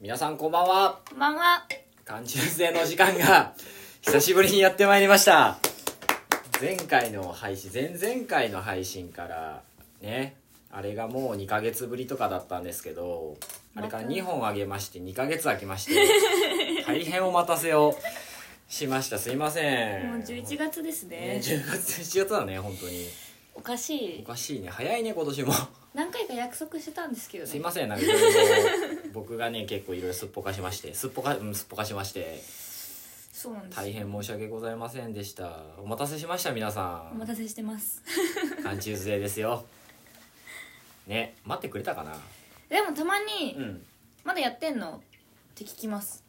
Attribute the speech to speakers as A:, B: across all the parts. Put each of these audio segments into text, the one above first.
A: 皆さんこんばんは
B: こんばんは。
A: 缶中生のお時間が 久しぶりにやってまいりました前回の配信前々回の配信からねあれがもう2ヶ月ぶりとかだったんですけどあれから2本あげまして2ヶ月空きまして大変お待たせをしましたすいません
B: もう11月ですね
A: ね。10月1月だね本当に
B: おかし
A: お
B: い。
A: かしいね早いね今年も
B: 何回か約束してたんですけど
A: す
B: ね。
A: いませんなんかいろいろ僕がね結構いろいろすっぽかしましてすっぽかうんすっぽかしまして
B: そうなんです。
A: 大変申し訳ございませんでしたお待たせしました皆さ
B: お待
A: ん
B: たせしてます。
A: 缶チューズデーですよね待ってくれたかな
B: でもたまに、
A: うん
B: まだやってんのって聞きます。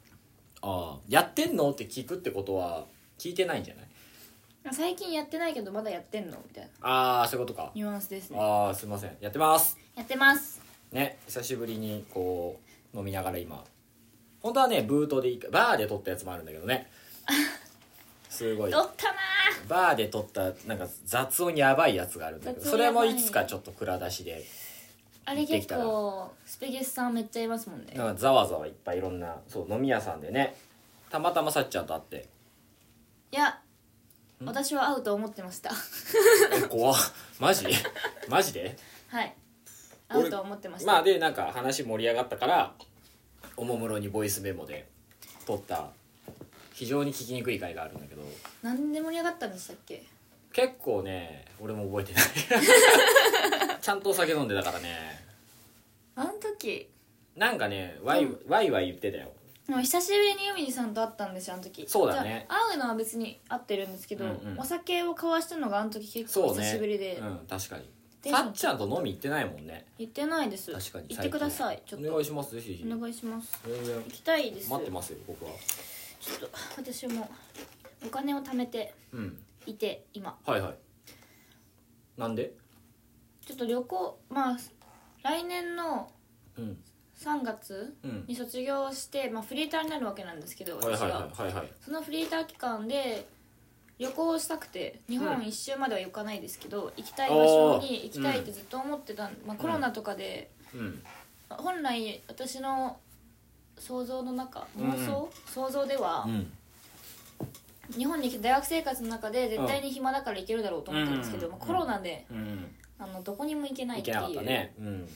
A: ああやってんのって聞くってことは聞いてないんじゃない
B: 最近やってないけどまだやってんのみたいな
A: ああそういうことか
B: ニュアンスですね。
A: ああすいませんやってます
B: やってます。
A: ね久しぶりにこう飲みながら今本当はねブートでいいかバーで撮ったやつもあるんだけ どねすごい
B: 取ったな
A: バーで撮ったなんか雑音やばいやつがあるんだけど
B: 雑
A: そ
B: 音
A: れ
B: やば
A: も
B: い
A: いつかちょっと蔵出しで
B: ーあれ
A: でき
B: 結
A: たら
B: 構スペゲスさんめっちゃいますもんね。
A: なんかざわざわいっぱいいろんなそう飲み屋さんでねたまたまさっちゃんと会って
B: いや、私は会うと思ってました。
A: え怖っマジマジで
B: はい。
A: 俺
B: 会うと思ってました。
A: まあでなんか話盛り上がったからおもむろにボイスメモで撮った非常に聞きにくい回があるんだけど
B: なんで盛り上がったんでしたっけ
A: 結構ね俺も覚えてない ちゃんとお酒飲んでたからね
B: あの時、
A: なんかねワイ,、ワイワイ言ってたよ
B: でも久しぶりにユミニさんと会ったんですよあの時
A: そうだね
B: じゃあ会うのは別に会ってるんですけど、
A: うんうん
B: お酒を交わしたのがあの時結構
A: そう
B: 久
A: ね
B: しぶりで、
A: うん確かに
B: で
A: さっちゃんと飲み行ってないもんね
B: 行ってないです
A: 確かに
B: 行ってくださいちょ
A: お
B: っと
A: 願いしますぜひぜひ
B: お願いします
A: 全然
B: 行きたいです
A: 待ってますよ僕は
B: ちょっと私もお金を貯めて
A: うん
B: いて今
A: はいはいなんで
B: ちょっと旅行まあ来年の
A: うん
B: 3月
A: うん
B: に卒業して、まあ、フリーターになるわけなんですけど私
A: はい
B: は,、
A: はいはいはいはい
B: そのフリーター期間で旅行をしたくて日本一周までは行かないですけど、行きたい場所に行きたいってずっと思ってたん、まあ、コロナとかで、
A: うん
B: まあ本来私の想像の中
A: うんうん
B: 妄想、想像では
A: う、ん
B: 日本に来て大学生活の中で絶対に暇だから行けるだろうと思ったんですけど、
A: うん
B: まあ、コロナで
A: うん
B: あのどこにも行けない
A: い
B: って
A: け
B: い
A: なかった
B: う
A: ねうん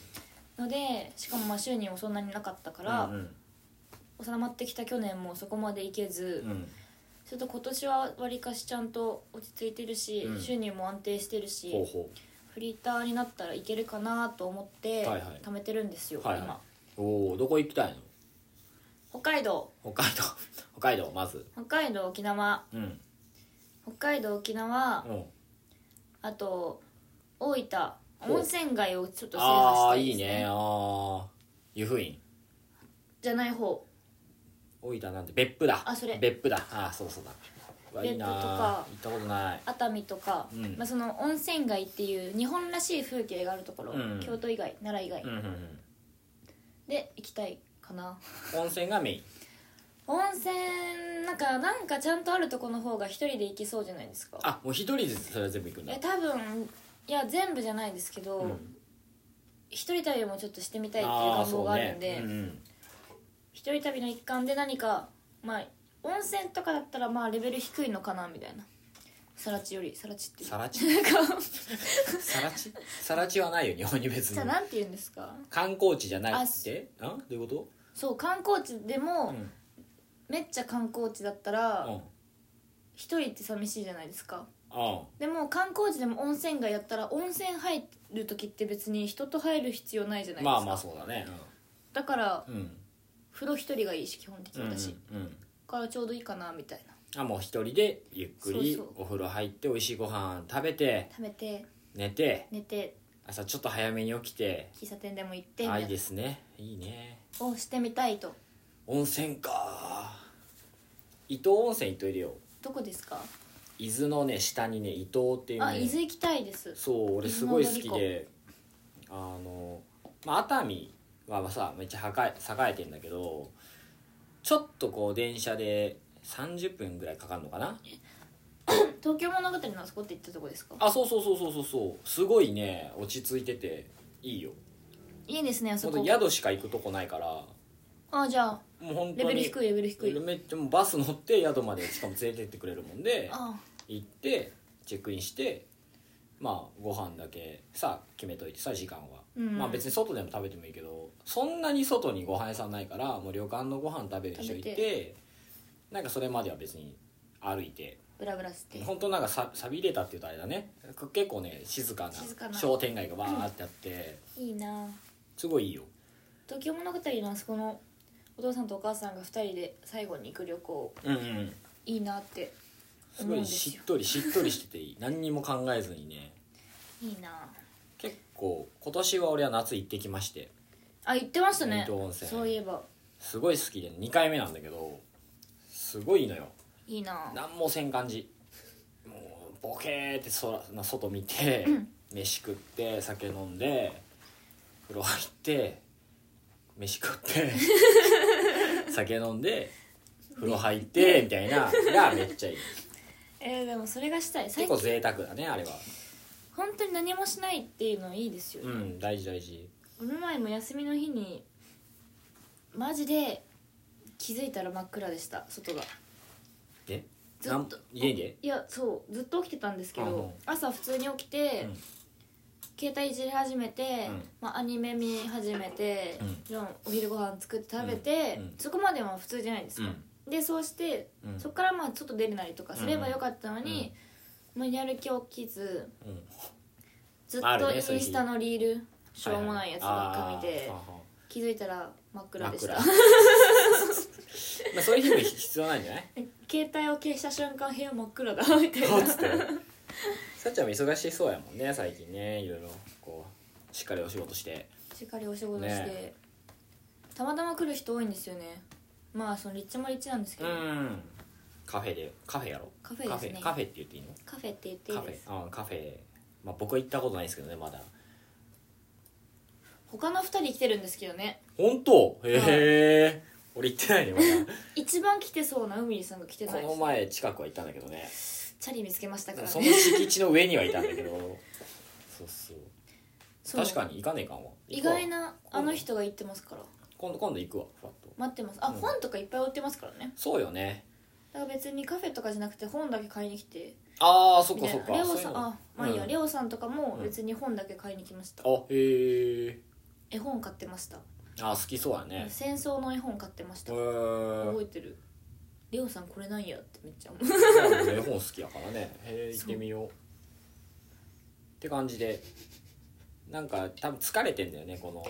B: ので、しかもまあ収入もそんなになかったから、
A: うんうん
B: 収まってきた去年もそこまで行けず。
A: うん
B: ちょっと今年はわりかしちゃんと落ち着いてるし、
A: うん
B: 収入も安定してるし
A: ほうほ
B: フリーターになったらいけるかなと思って
A: はいはい
B: 貯めてるんですよ、
A: うはい
B: 今
A: はいおおどこ行きたい
B: 北海道
A: の北海道 北海道まず
B: 北海道沖縄
A: うん
B: 北海道沖縄、
A: うん
B: あと大分
A: お
B: 温泉街をちょっと制覇し
A: ああ
B: た
A: ー
B: い
A: い
B: で
A: い
B: す、ね、
A: ねああ湯布院
B: じゃない方
A: 大分なんて別府だ
B: あそれ
A: 別府だああそうそうだうわいいなー
B: 別府とか
A: 行ったことない
B: 熱海とか、
A: うん
B: まあ、その温泉街っていう日本らしい風景があるところ、
A: うん
B: 京都以外奈良以外、
A: うんうんうん
B: で行きたいかな
A: 温泉がメイン
B: 温泉なんかなんかちゃんとあるとこの方が一人で行きそうじゃないですか
A: あもう一人でそれは全部行くんだ
B: え多分いや全部じゃないですけど、
A: うん
B: 一人旅もちょっとしてみたいっていう
A: あー
B: 願
A: そ
B: 望
A: う
B: があるんで、
A: ねうんうん
B: 一人旅の一環で何かまあ温泉とかだったらまあレベル低いのかなみたいなさらちよりさらちっていう
A: さ らち
B: なんか
A: さらちさらちはないよ日本に別
B: じゃあ
A: に
B: なんて言うんですか
A: 観光地じゃないってあどういうこ
B: そう観光地で
A: と
B: も、
A: うん
B: めっちゃ観光地だったら一、人って寂しいじゃないですか
A: うん
B: でも観光地でも温泉街だったら温泉入る時って別に人と入る必要ないじゃないですか、
A: まあまあそうだね
B: だから
A: うんうん
B: 風呂一人がいいし基本的に私、
A: うんうん
B: からちょうどいいかなみたいな
A: あもう一人でゆっくり
B: そうそ
A: お風呂入って美味しいご飯食べて
B: 食べて
A: 寝て
B: 寝て
A: 朝ちょっと早めに起きて
B: 喫茶店でも行ってみ
A: あ
B: た
A: いい
B: いな
A: ですねいいね
B: をしてみたいと
A: 温泉か伊東温泉行っといでよ
B: どこですか
A: 伊豆のね下にね伊東っていうね
B: あ伊豆行きたいです
A: そう俺すごい好きであの、まあ、熱海はさめっちゃ栄え栄えてんだけどちょっとこう電車で30分ぐらいかかるのかな
B: 東京物語のあそこって言ったとこですか
A: あそうそうそうそうそうそうすごいね落ち着いてていいよ
B: いいですねあそ
A: ほんと
B: こ
A: 宿しか行くとこないから
B: あじゃあ
A: もう本当
B: レ
A: に
B: ベル低いレベル低い
A: めっちゃもうバス乗って宿までしかも連れてってくれるもんで
B: あ
A: 行ってチェックインしてまあご飯だけさ決めといてさ時間は、
B: うん
A: まあ別に外でも食べてもいいけどそんなに外にご飯屋さんないからもう旅館のご飯食べる人いて
B: 食べ
A: なんかそれまでは別に歩いて
B: ブラブラして
A: 本当なんかささびれたっていうとあれだね結構ね静か
B: 静か
A: な
B: な
A: 商店街がわーってあって
B: いいなあ
A: すごいいいよ
B: 東京物語のあそこのお父さんとお母さんが2人で最後に行く旅行
A: うんうん
B: いいなって
A: すごいしっとりしっとりしてていい何にも考えずにね
B: いいな
A: 結構今年は俺は夏行ってきまして
B: あ行ってましたね
A: 水戸温泉
B: そういえば
A: すごい好きで2回目なんだけどすごいのよ
B: いいな
A: 何もせん感じもうボケーって空な外見て、飯食って酒飲んで風呂入って飯食って 酒飲んで風呂入ってみたいながめっちゃいい
B: えーでもそれがしたい
A: 結
B: 最
A: 構
B: 近
A: 贅沢だねあれは
B: 本当に何もしないっていうのいいですよ
A: う
B: ね、
A: ん大事大事
B: この前も休みの日にマジで気づいたら真っ暗でした外が
A: で
B: ずっと
A: なん家で
B: いやそうずっと起きてたんですけ
A: うんうん
B: ど朝普通に起きて、
A: うん
B: 携帯いじり始めて、
A: うん
B: まあ、アニメ見始めて、
A: うん
B: でもお昼ご飯作って食べて、
A: うんうん
B: そこまでは普通じゃないですか、でそうして、
A: うん
B: そこからまあちょっと出るなりとかすればよかったのに、もうやる気起きず
A: うん
B: ずっ
A: ある
B: と
A: ね
B: イン
A: そういう日
B: スタのリールしょうもないやつばっか見て、
A: あーはあはあ
B: 気づいたら真っ暗でした
A: 真っ暗まあそういう日も必要ない んじゃない
B: 携帯を消した瞬間部屋真っ暗だみたい な
A: つってさっちゃんも忙しそうやもんね最近ねいろいろこうしっかりお仕事して
B: しっかりお仕事して、
A: ね
B: たまたま来る人多いんですよねまあその立地も立地なんですけど、
A: んカフェでカフェやろ
B: カフェですね
A: カフェカフェって言っていいの
B: カフェって言っていい
A: カフ
B: です
A: ェうんカフェまあ僕は行ったことないですけどねまだ
B: 他の2人来てるんですけどね
A: 本当へえ俺行ってないねま
B: 一番来てそうな海さんが来てな
A: だ
B: い
A: こ
B: で
A: の
B: す
A: 前近くは行ったんだけどね
B: チャリ見つけましたからね
A: その敷地の上にはいたんだけどそうそう
B: そう
A: 確かに行かねえかんわ
B: 意外
A: 行くわ
B: なあの人が行ってますから
A: 今度今度行くわふわっと
B: 待ってますあ、
A: うん
B: 本とかいっぱい売ってますからね
A: そうよね
B: だから別にカフェとかじゃなくて本だけ買いに来て
A: ああそっ
B: み
A: か
B: たいな
A: そっか
B: レオ
A: そういう
B: さん
A: の
B: あまあいいや、
A: うん
B: レオさんとかも別に本だけ買いに来ました、
A: あへえ
B: 絵本買ってました
A: あ好きそうだね
B: 戦争の絵本買ってました
A: へえ
B: 覚えてるレオさんこれなんやってめっちゃ思う
A: 絵本好きやからねへえ行ってみようって感じでなんか多分疲れてんだよねこの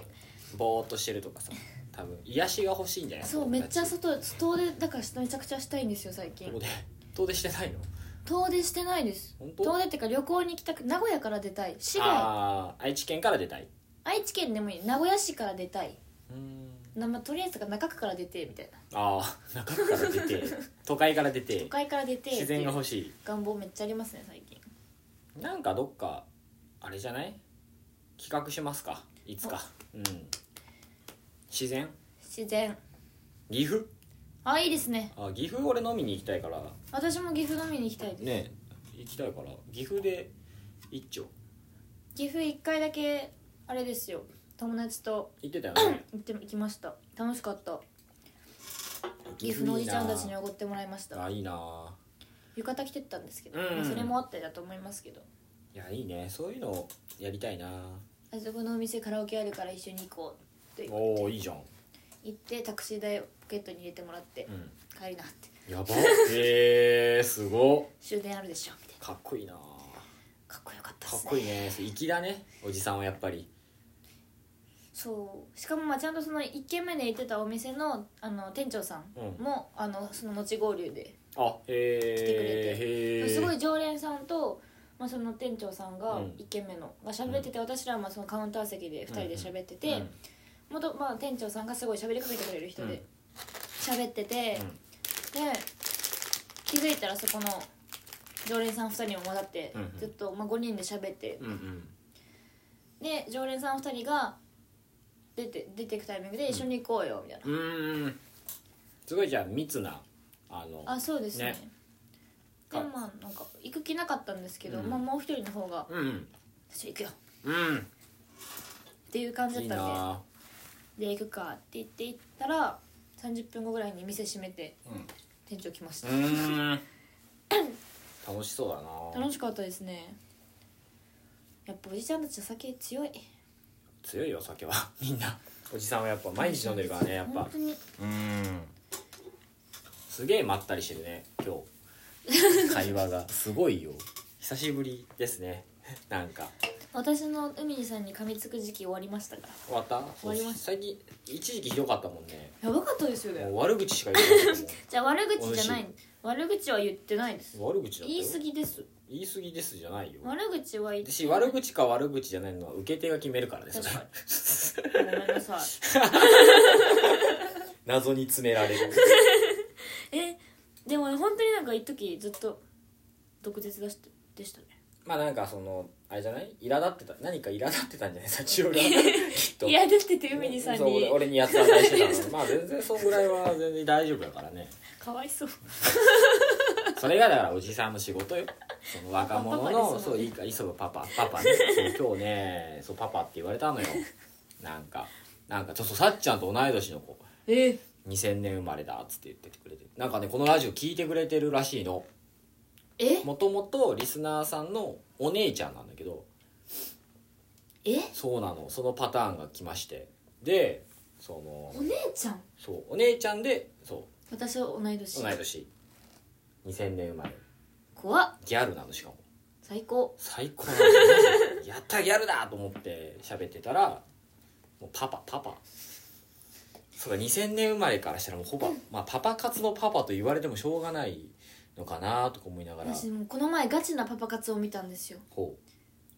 A: ぼーっとしてるとかさ多分癒しが欲しいんじゃない
B: そうめっちゃ
A: そ
B: 外遠出だからめちゃくちゃしたいんですよ最近
A: こで遠出してないの
B: 遠出してないです
A: 本当
B: 遠出っていうか旅行に行きたく名古屋から出たい市外
A: ああ愛知県から出たい
B: 愛知県でもいい名古屋市から出たいう
A: ーん
B: なまあとりあえず中区から出てみたいな
A: ああ中区から出て都会から出
B: 都
A: て
B: 会から出て
A: 自然
B: って
A: が
B: いう
A: 欲しい
B: 願望めっちゃありますね最近
A: なんかどっかあれじゃない企画しますかいつかうん自然
B: 自然
A: 岐阜
B: あいいですね
A: あ岐阜俺飲みに行きたいから
B: 私も岐阜飲みに行きたいです、
A: ね行きたいから岐阜で一丁
B: 岐阜一回だけあれですよ友達と
A: 行ってたよね
B: 行って行きました楽しかった岐阜のおじちゃんたちにおごってもらいました
A: あいいな
B: 浴衣着てったんですけど、
A: うん
B: まあそれもあってだと思いますけど
A: いやいいねそういうのやりたいな
B: あそこのお店カラオケあるから一緒に行こうって
A: おおいいじゃん、
B: 行ってタクシー代をポケットに入れてもらって
A: うん、
B: 帰りなって
A: やば へえすご
B: 終電あるでしょみたいな
A: かっこいいな
B: かっこよかったっ
A: かっ
B: すね
A: こいいねそう粋だねおじさんはやっぱり
B: そうしかもまあちゃんとその1軒目で行ってたお店のあの店長さんも、あのその後合流で、
A: あへえ
B: 来てくれ
A: へえ
B: すごい常連さんと、まあ、その店長さんが
A: うん
B: 1軒目の、が喋ってて私らはまあそのカウンター席で2人で喋ってて、
A: うん
B: 元まあ、店長さんがすごい喋りかけてくれる人
A: うん
B: で喋ってて、
A: うん
B: で気づいたらそこの常連さん2人にも混ざって、
A: うんうん
B: ずっと、まあ、5人で喋って、
A: うんうん
B: で常連さん2人が出て出てくタイミングで一緒に行こうよみたいな、
A: うーんすごいじゃあ密なあの
B: あそうですね
A: ね
B: でもまあなんか行く気なかったんですけど、
A: うん
B: まあ、もう一人の方が
A: うん
B: 「私行くよ」
A: うん
B: っていう感じ
A: いい
B: だったんで
A: な
B: で行くかって言って行ったら30分後ぐらいに店閉めて
A: うん
B: 店長来まし
A: う
B: た、
A: ーん楽しそうだな
B: 楽しかったですねやっぱおじちゃんたちお酒強い
A: 強いよ酒は みんなおじさんはやっぱ毎日飲んでるからねやっぱ
B: 本当に
A: うーんすげえまったりしてるね今 日会話がすごいよ久しぶりですね なんか
B: 私の海にさんに噛みつく時期終わりましたが
A: 終わった
B: 終わりました
A: 最近一時期ひどかったもんね
B: やばかったですよ
A: も
B: ね
A: う悪口しか言ってないもん
B: じゃあ悪口じゃない
A: 美
B: 悪口は言ってないです
A: 悪口だったよ
B: 言い過ぎです
A: 言い過ぎですじゃないよ
B: 悪口は言って
A: 私悪口か悪口じゃないのは受け手が決めるからです
B: 確かにごめんなさい
A: 謎に詰められる
B: えでも本当になんか一時ずっと毒舌だしでしたね
A: まあなんかそのあれじゃない苛立ってた何か苛立ってたんじゃない幸男が きっと
B: いやだってて海にさん
A: そう
B: に
A: 俺俺にやった話してた のまあ全然そんぐらいは全然大丈夫だからね
B: かわいそう
A: それがだからおじさんの仕事よその若者
B: パパ
A: の
B: です
A: そ
B: も
A: うん
B: ね
A: いいか磯部パパパパねそう今日ねそうパパって言われたのよなんかなんかちょっとさっちゃんと同い年の子
B: え
A: 2000年生まれだっつって言っててくれてなんかねこのラジオ聞いてくれてるらしいの
B: え
A: もともとリスナーさんのお姉ちゃんなんだけど
B: え
A: そうなのそのパターンが来ましてでその
B: お姉ちゃん
A: そうお姉ちゃんでそ
B: 私は同い年
A: う同い年2000年生まれ
B: 怖っ
A: ギャルなのしかも
B: 最高
A: 最高なの やったギャルだと思って喋ってたらもうパパパパそうか2000年生まれからしたらもうほぼ、まあ、パパ活のパパと言われてもしょうがないのかなとか思いながら
B: 私もうこの前ガチなパパ活を見たんですよ
A: ほ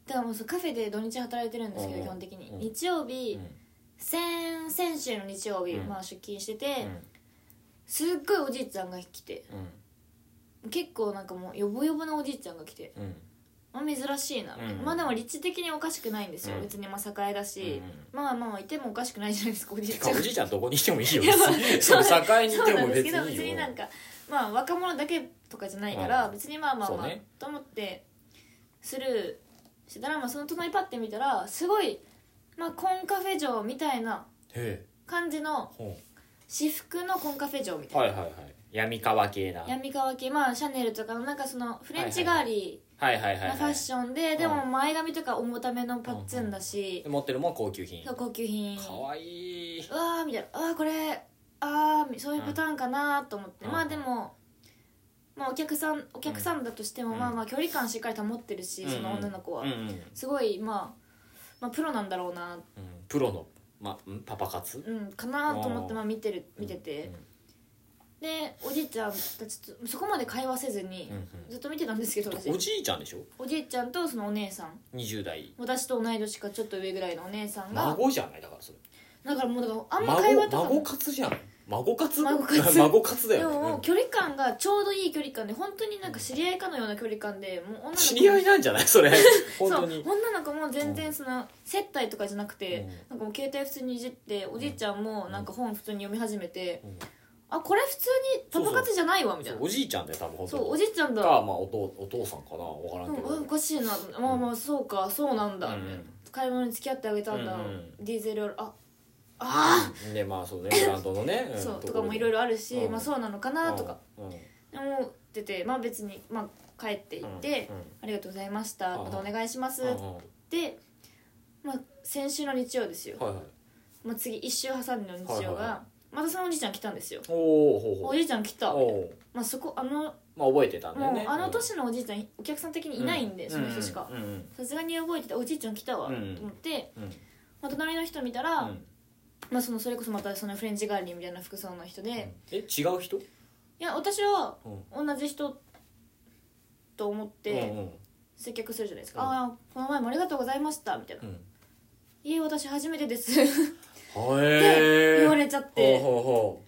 B: だからもうそうカフェで土日働いてるんですけど、
A: うん
B: 基本的に、
A: うん
B: 日曜
A: う、
B: 日、
A: うん
B: 先先週の日曜日、
A: うん
B: まあ、出勤してて、すっごいおじいちゃんが来て結構なんかもうヨボヨボなおじいちゃんが来て、
A: うんうん
B: まあ、珍しいな、
A: うん
B: まあでも立地的におかしくないんですよ、
A: うん
B: 別にまあ栄だし、
A: うん
B: まあまあいてもおかしくないじゃないですかおじい
A: て
B: ち
A: か
B: ゃん
A: おじいちゃんどこにいてもいいよ
B: いやまあ
A: 別に そう境にい
B: そう
A: て
B: な
A: も
B: んです
A: 別
B: けど別
A: にいい
B: に
A: よ
B: なんかまあ若者だけとかじゃないから、
A: うん
B: 別にまあまあま
A: そ
B: あ、
A: うね
B: と思ってスルーしてたら、まあ、その隣パッて見たらすごい、まあ、コンカフェ嬢みたいな
A: へえ
B: 感じの
A: ほ
B: 私服のコンカフェ嬢み
A: う
B: たい
A: は
B: な、
A: いはいはい闇川系なはい
B: 闇川系まあシャネルとかのなんかそのフレンチガーリ
A: はいはい
B: ーな
A: は
B: ファッ
A: い
B: ションで、で
A: う
B: も前髪とか重ためのパッツンだし
A: で、持ってるもん高級品
B: そう高級品
A: かわいいう
B: わーみたいなあーこれあーみそういうパターンかなと思って、
A: うん
B: まあでも、まあ、お客さんお客さんだとしても、
A: うん
B: まあまあ距離感しっかり保ってるし、その女の子は、
A: うんうんうん
B: すごい、まあ、まあプロなんだろうな
A: プロのまんパパ活
B: うんかなと思っ
A: あー
B: てまあ見てる見てて、でおじいちゃんたちとそこまで会話せずに
A: うんうん、
B: ずっと見てたんですけど
A: お
B: 私
A: じいちゃんでしょ
B: おじいちゃんとそのお姉さん
A: 20代
B: 私と同い年かちょっと上ぐらいのお姉さんが
A: 孫じゃないだからそれ
B: だからもうだからあんま会
A: 孫
B: 話とかも
A: 孫活じゃん孫活
B: 孫活
A: 孫活だ
B: で
A: よ
B: も
A: ね
B: も
A: う
B: うん距離感がちょうどいい距離感で本当になんか知り合いかのような距離感でもう女の子も
A: 知り合いなんじゃない それ本
B: そ
A: 当
B: う
A: に
B: 女の子も全然その接待とかじゃなくて、
A: うん
B: なんかもう携帯普通にいじっておじいちゃんもなんか本普通に読み始めて、
A: うん
B: あこれ普通にパパ活じゃないわみたいな
A: おじいちゃんだよ多分本当
B: そ
A: に
B: うおじいちゃんだ
A: かまあお父お父さんかなわから
B: うん
A: けど、
B: ん、おかしいなまあまあそうかそうなんだ、
A: うん
B: 買い物に付き合ってあげたんだ、
A: うんうん
B: ディーゼルオイルああ
A: でまあそうねブランドのね
B: あ、
A: ん
B: そう
A: ことろ
B: かもいろいろあるし、
A: うん
B: まあそうなのかなとか
A: うんうん
B: 思っててまあ別に、まあ、帰っていって、ありがとうございました
A: うん
B: またお願いします
A: うんうんうん
B: っ
A: は
B: て、まあ、先週の日曜ですよ
A: い、はい
B: まあ、次一週挟んでの日
A: はい
B: 曜
A: はいは
B: がまたそのおじいちゃん来たんですよ
A: おおほうほ
B: おじいちゃん来た
A: うおう
B: まあそこあの
A: まあ覚えてたんだよ
B: もう
A: ね
B: あの年のおじいちゃんお客さん的にいないんでその人しか
A: うんうんうん
B: さすがに覚えてておじいちゃん来たわ
A: う
B: と
A: ん
B: 思って、
A: うん
B: まあ、隣の人見た
A: う
B: ら、
A: ん
B: まあ、そのそれこそまたそのフレンチガーリーみたいな服装の人で、い
A: え違う人
B: や私は
A: うん
B: 同じ人と思って、
A: うんうん
B: 接客するじゃないですか「
A: うん
B: ああこの前もありがとうございました」みたいな「
A: うん
B: いえ私初めてです」って
A: はえー
B: 言われちゃって
A: ほうほうほ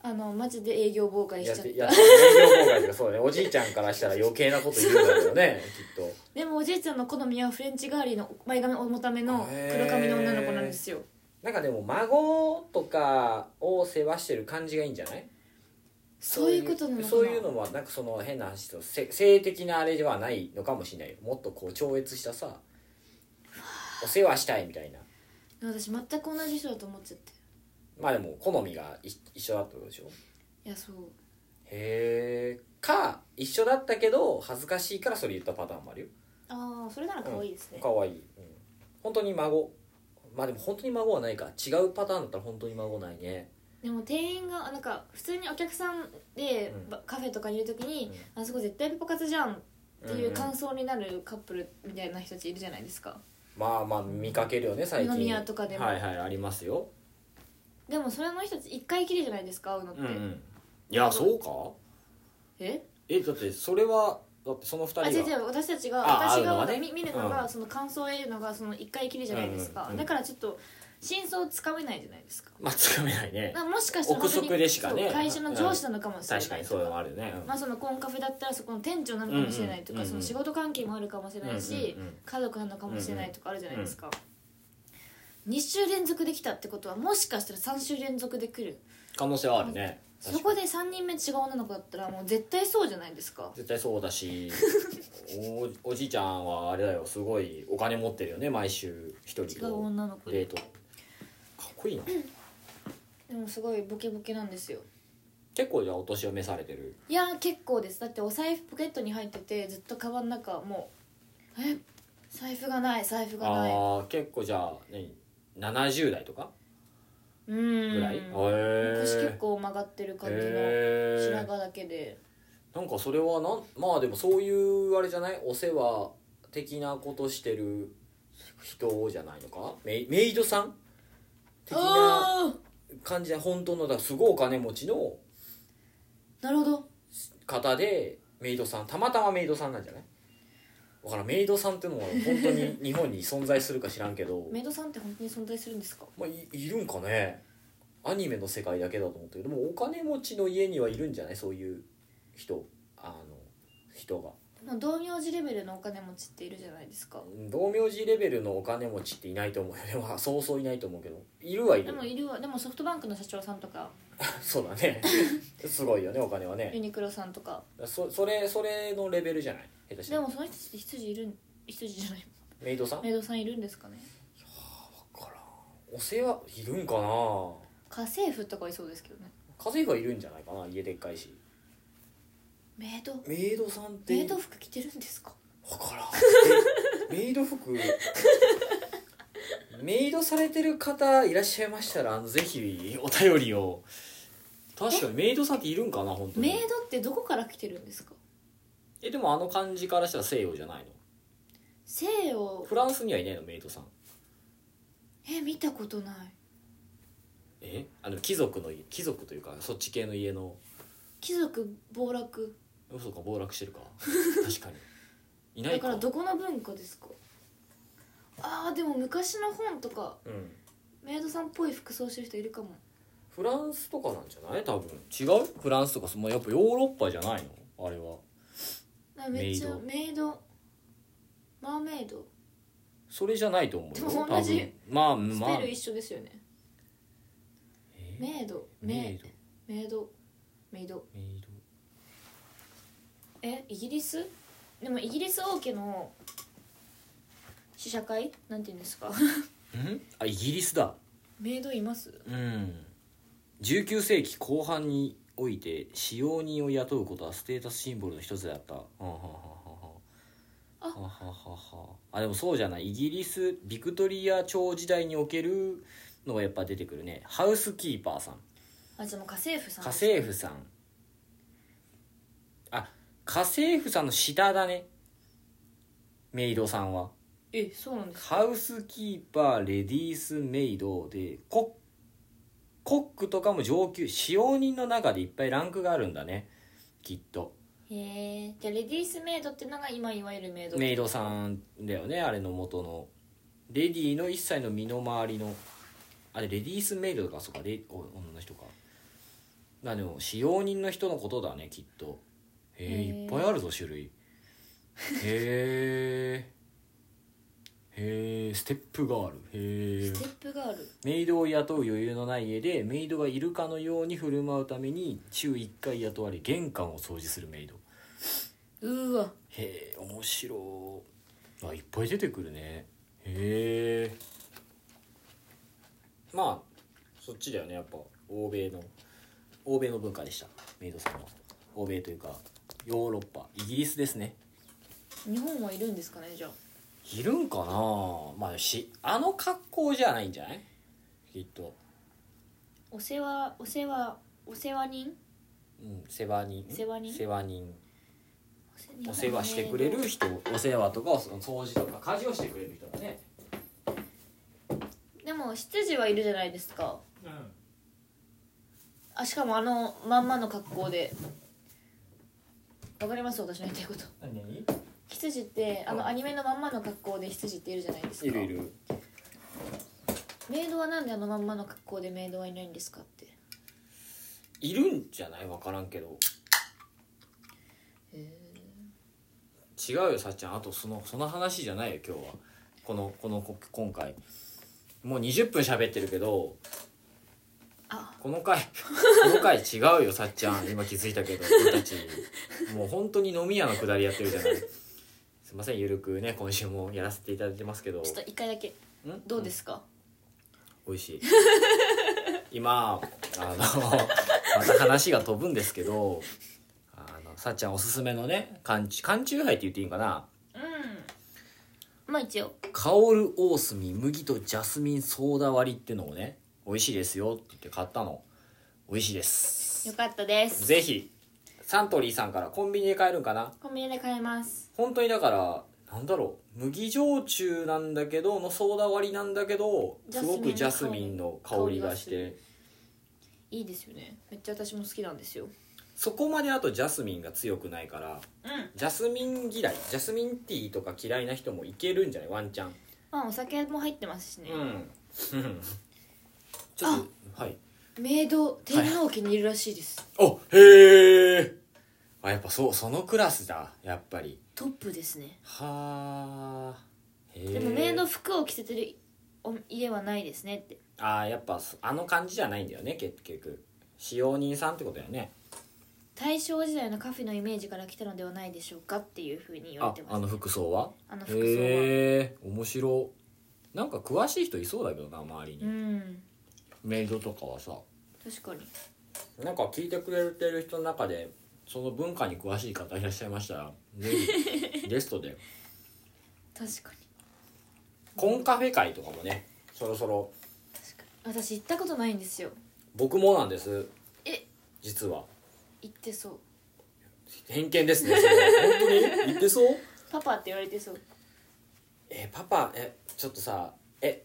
B: あのマジで営業妨
A: う
B: 害
A: や
B: し
A: っ
B: ちゃってた
A: やって営業妨害とかそうねおじいちゃんからしたら余計なこと言うんだよねきっと
B: でもおじいちゃんの好みはフレンチガーリーの前髪重ための
A: へー
B: 黒髪の女の子なんですよ
A: なんかでも孫とかを世話してる感じがいいんじゃない
B: そういうことなのかな
A: そういうのもなんかその変な話とせ性的なあれではないのかもしれないよもっとこう超越したさお世話したいみたいな
B: 私全く同じ人だと思っちゃって
A: まあでも好みがい一緒だったことでしょ
B: いやそう
A: へえか一緒だったけど恥ずかしいからそれ言ったパターンもあるよ
B: ああそれなら可愛いですね、
A: 可愛い、うん、本当に孫まあでも本当に孫はないか違うパターンだったら本当に孫ないね
B: でも店員があなんか普通にお客さんで
A: うん
B: ばカフェとかにいる時に、あそこ絶対ポカツじゃんっていう感想になるカップルみたいな人たちいるじゃないですか、
A: まあまあ見かけるよね最近
B: 飲み屋とかでも
A: はいはいありますよ
B: でもそれの人たち1回きりじゃないですか会うのって、
A: うんうんいやそうか
B: え
A: えだってそれはだってその二人
B: あ
A: が
B: 違う違う私たちが
A: あ
B: 私
A: 会うの
B: が
A: はね
B: 見見るのが、
A: うん
B: その感想を得るのがその1回きりじゃないですか、
A: うんうんうん
B: だからちょっと真相をつかめないじゃないですか
A: まあつかめないね
B: だからもしかしたら
A: 憶測でしかね
B: そう会社の上司なのかもしれない
A: 確かにそういうのもあるよね、うん
B: まあ、そのコンカフェだったらそこの店長なのかもしれないとか、
A: うんうん
B: その仕事関係もあるかもしれないし、
A: うんうんうん
B: 家族なのかもしれないとかあるじゃないですか、2週連続できたってことはもしかしたら3週連続で来る
A: 可能性はあるね
B: そこで3人目違う女の子だったらもう絶対そうじゃないですか
A: 絶対そうだ しおおじいちゃんはあれだよすごいお金持ってるよね毎週一
B: 違
A: 人
B: う女の子
A: デ
B: で
A: ートかっこいいな
B: でもすごいボケボケなんですよ
A: 結構じゃあお年を召されてる
B: いやー結構ですだってお財布ポケットに入っててずっとカバンの中もうえ財布がない財布がない
A: ああ結構じゃあ何70代とか
B: うーん
A: ぐらい、へ
B: 昔結
A: え
B: 構曲がってる感じの白
A: へえ
B: 髪だけで
A: なんかそれはなんまあでもそういうあれじゃないお世話的なことしてる人じゃないのかメイメイドさん的な
B: あ
A: 感じで本当のだからすごいお金持ちの
B: ーなるほど
A: 方でメイドさんたまたまメイドさんなんじゃないだからんメイドさんっていうのは本当に日本に存在するか知らんけ ど、
B: メイドさんって本当に存在するんですか
A: まあ、いいるんかねアニメの世界だけだと思ったけどでもお金持ちの家にはいるんじゃないそういう人あの人が
B: まあ同名字レベルのお金持ちっているじゃないですか
A: 同名字レベルのお金持ちっていないと思うよでもそうそういないと思うけどいるはい
B: で
A: る
B: もいるわでもソフトバンクの社長さんとか
A: そうだ ねすごいよねお金は
B: ユ
A: ね
B: ニクロさんとか
A: そそれそれのレベルじゃない下手し
B: で
A: たら
B: もその人たちって羊いるん羊じゃない
A: メイドさん
B: メイドさんいるんですかね
A: 分からんお世話いるんかな
B: 家政婦とかいそうですけどね
A: 家政婦はいるんじゃないかな家でっかいし
B: メイド
A: メイドさんって
B: メイド服着てるんですか
A: 分からんえメイ ド服メイドされてる方いらっしゃいましたらあのぜひお便りを確かにメイドさんっているんかな本当
B: メイ
A: に
B: ドってどこから来てるんですか
A: えでもあの感じからしたら西洋じゃないの
B: 西洋
A: フランスにはいないのメイドさん
B: え見たことない
A: えあの貴族の貴族というかそっち系の家の
B: 貴族暴落
A: 嘘か暴落してるか確かにいな
B: だ
A: い
B: か
A: から
B: どこの文化ですかあーでも昔の本とか
A: うん、
B: メイドさんっぽい服装してる人いるかも
A: フランスとかなんじゃない多分違うフランスとかそのやっぱヨーロッパじゃないのあれは
B: あめっちゃメイドマーメイド
A: それじゃないと思うよ
B: でも同じ
A: 多分まあ
B: ス
A: まあ
B: ペル一緒ですよね
A: えー
B: メイド
A: メイ
B: メメ
A: ド
B: イドメイド
A: メイド
B: えイギリスでもイギリス王家の試写会なんて言うんですか
A: んあイギリスだ
B: メイドいます
A: うん19世紀後半において使用人を雇うことはステータスシンボルの一つであったはあはあはあはあはあはあはああでもそうじゃないイギリスビクトリア朝時代におけるのがやっぱ出てくるねハウスキーパーさん
B: あじゃあもう家政婦さん
A: 家政婦さんあ家政婦さんの下だねメイドさんは
B: えそうなんです
A: ハウスキーパーレディースメイドでコッコックとかも上級使用人の中でいっぱいランクがあるんだねきっと
B: へえじゃあレディースメイドってのが今いわゆるメイド
A: メイドさんだよねあれの元のレディーの一切の身の回りのあれレディースメイドとかそうかレお女の人かまあでも使用人の人のことだねきっとへえ
B: へえ
A: いっぱいあるぞ種類へえへえステップガールへえ
B: ステップガール
A: メイドを雇う余裕のない家でメイドがいるかのように振る舞うために週1回雇われ玄関を掃除するメイド
B: うーわ
A: へえ面白いあいっぱい出てくるねへえまあそそっちだよねやっぱ欧米の欧米の文化でしたメイドさんは欧米というかヨーロッパイギリスですね
B: 日本はいるんですかねじゃあ
A: いるんかなまあしあの格好じゃないんじゃないきっと
B: お世話お世話お世話人
A: うん世話人
B: 世話人
A: 世話人
B: 日本の
A: お世話してくれる人お世話とかその掃除とか家事をしてくれる人だね
B: でも執事はいるじゃないですか
C: うん
B: あしかもあのまんまの格好でわかります私の言いたいこと
A: 何何
B: 羊ってあのアニメのまんまの格好で羊っているじゃないですか
A: いるいる
B: メイドはなんであのまんまの格好でメイドはいないんですかって
A: いるんじゃない分からんけど違うよさっちゃんあとそのその話じゃないよ今日はこのこのこ今回もう20分喋ってるけど
B: あ
A: この回 この回違うよさっちゃん今気づいたけど俺たちもう本当に飲み屋のくだりやってるじゃないすいませんゆるくね今週もやらせていただいてますけど
B: ちょっと一回だけ
A: ん
B: どうですか、
A: 美味しい 今あの また話が飛ぶんですけどあのさっちゃんおすすめのね缶チ缶チューハイって言っていいんかな
B: うんまあ一応
A: 香る大隅麦とジャスミンソーダ割りってのをね美味しいですよって言って買ったの美味しいです
B: よかったです
A: ぜひサントリーさんからコンビニで買えるんかな
B: コンビニで買えます
A: 本当にだからなんだろう麦焼酎なんだけどのソーダ割りなんだけど
B: ジャ
A: す
B: スミン
A: ご
B: の
A: くジャスミンの香りがし
B: 香りが
A: て
B: いいですよねめっちゃ私も好きなんですよ
A: そこまであとジャスミンが強くないから
B: うん
A: ジャスミン嫌いジャスミンティーとか嫌いな人もいけるんじゃないワンチャン
B: まあお酒も入ってますしね、
A: んちょっとはい
B: メイド天皇家にいるらしいです、
A: あへえあやっぱそうそのクラスだやっぱり
B: トップですね
A: はあへえ
B: でもメイド服を着せてるお家はないですねって
A: ああやっぱそあの感じじゃないんだよね結局使用人さんってことだよね
B: 大正時代のカフェのイメージから来たのではないでしょうかっていうふうに言われ
A: あ
B: てます
A: あの服装は
B: あの服装は
A: へえ面白なんか詳しい人いそうだけどな周りに、
B: うん
A: メイドとかはさ
B: 確かに
A: なんか聞いてくれてる人の中でその文化に詳しい方いらっしゃいましたらぜひ ゲストで
B: 確かに
A: コンカフェ会とかもねそろそろ
B: 確かに私行ったことないんですよ
A: 僕もなんです
B: え
A: 実は
B: 行ってそう
A: 偏見ですねそれ本当に言ってそう
B: パパって言われてそう
A: えパパえちょっとさえ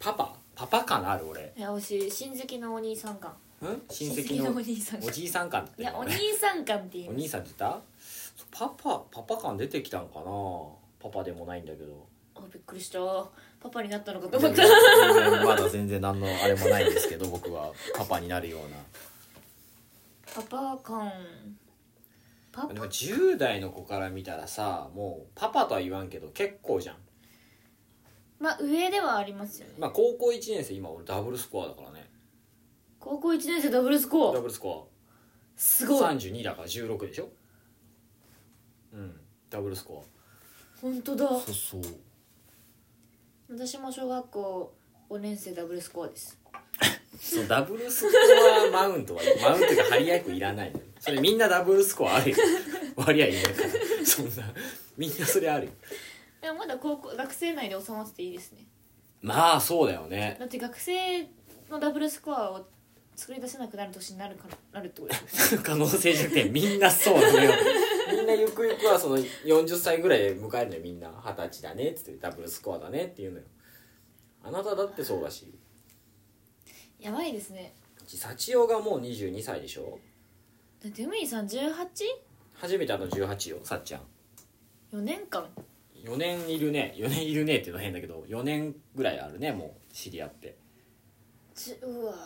A: パパパパ感ある俺
B: いや私親戚のお兄さん感
A: ん親戚の
B: お兄さん
A: お
B: 感
A: じいさん感って
B: い
A: 言っ
B: や
A: て
B: お
A: た
B: 兄さん感って言い
A: お
B: ま
A: 兄さんって言ったそうパパパパ感出てきたんかなパパでもないんだけど
B: あびっくりしたパパになったのかと思
A: 全
B: った
A: 然まだ全然何のあれもないんですけど僕はパパになるような
B: パパ感パパ
A: でも10代の子から見たらさもうパパとは言わんけど結構じゃん
B: まあ上ではありますよね
A: まあ高校1年生今俺ダブルスコアだからね
B: 高校1年生ダブルスコ
A: ダ
B: ア
A: ブルスコア
B: すごい
A: 32だから16でしょうんダブルスコ
B: 本当だ
A: アそうそう
B: 私も小学校5年生ダブルスコアです
A: そうダブルスコアマウントは マウントが張り合いっこいらないのよそれみんなダブルスコアあるよ割合いないからそんなみんなそれあるよ
B: でもまだ高校学生内で収まってていいですね
A: まあそうだよね
B: だって学生のダブルスコアを作り出せなくなる年になるからなるってこと ですよ
A: 可能性弱点みんなそうなのよ みんなゆくゆくはその40歳ぐらいで迎えるのよみんな二十歳だねっつってダブルスコアだねって言うのよあなただってそうだし
B: やばいですね
A: 幸代がもう22歳でしょ
B: だって海さん 18?4
A: 初めてあの18よさっちゃん
B: 年間
A: 4年いるね4年いるねっていうのは変だけど4年ぐらいあるねもう知り合って
B: ちうわ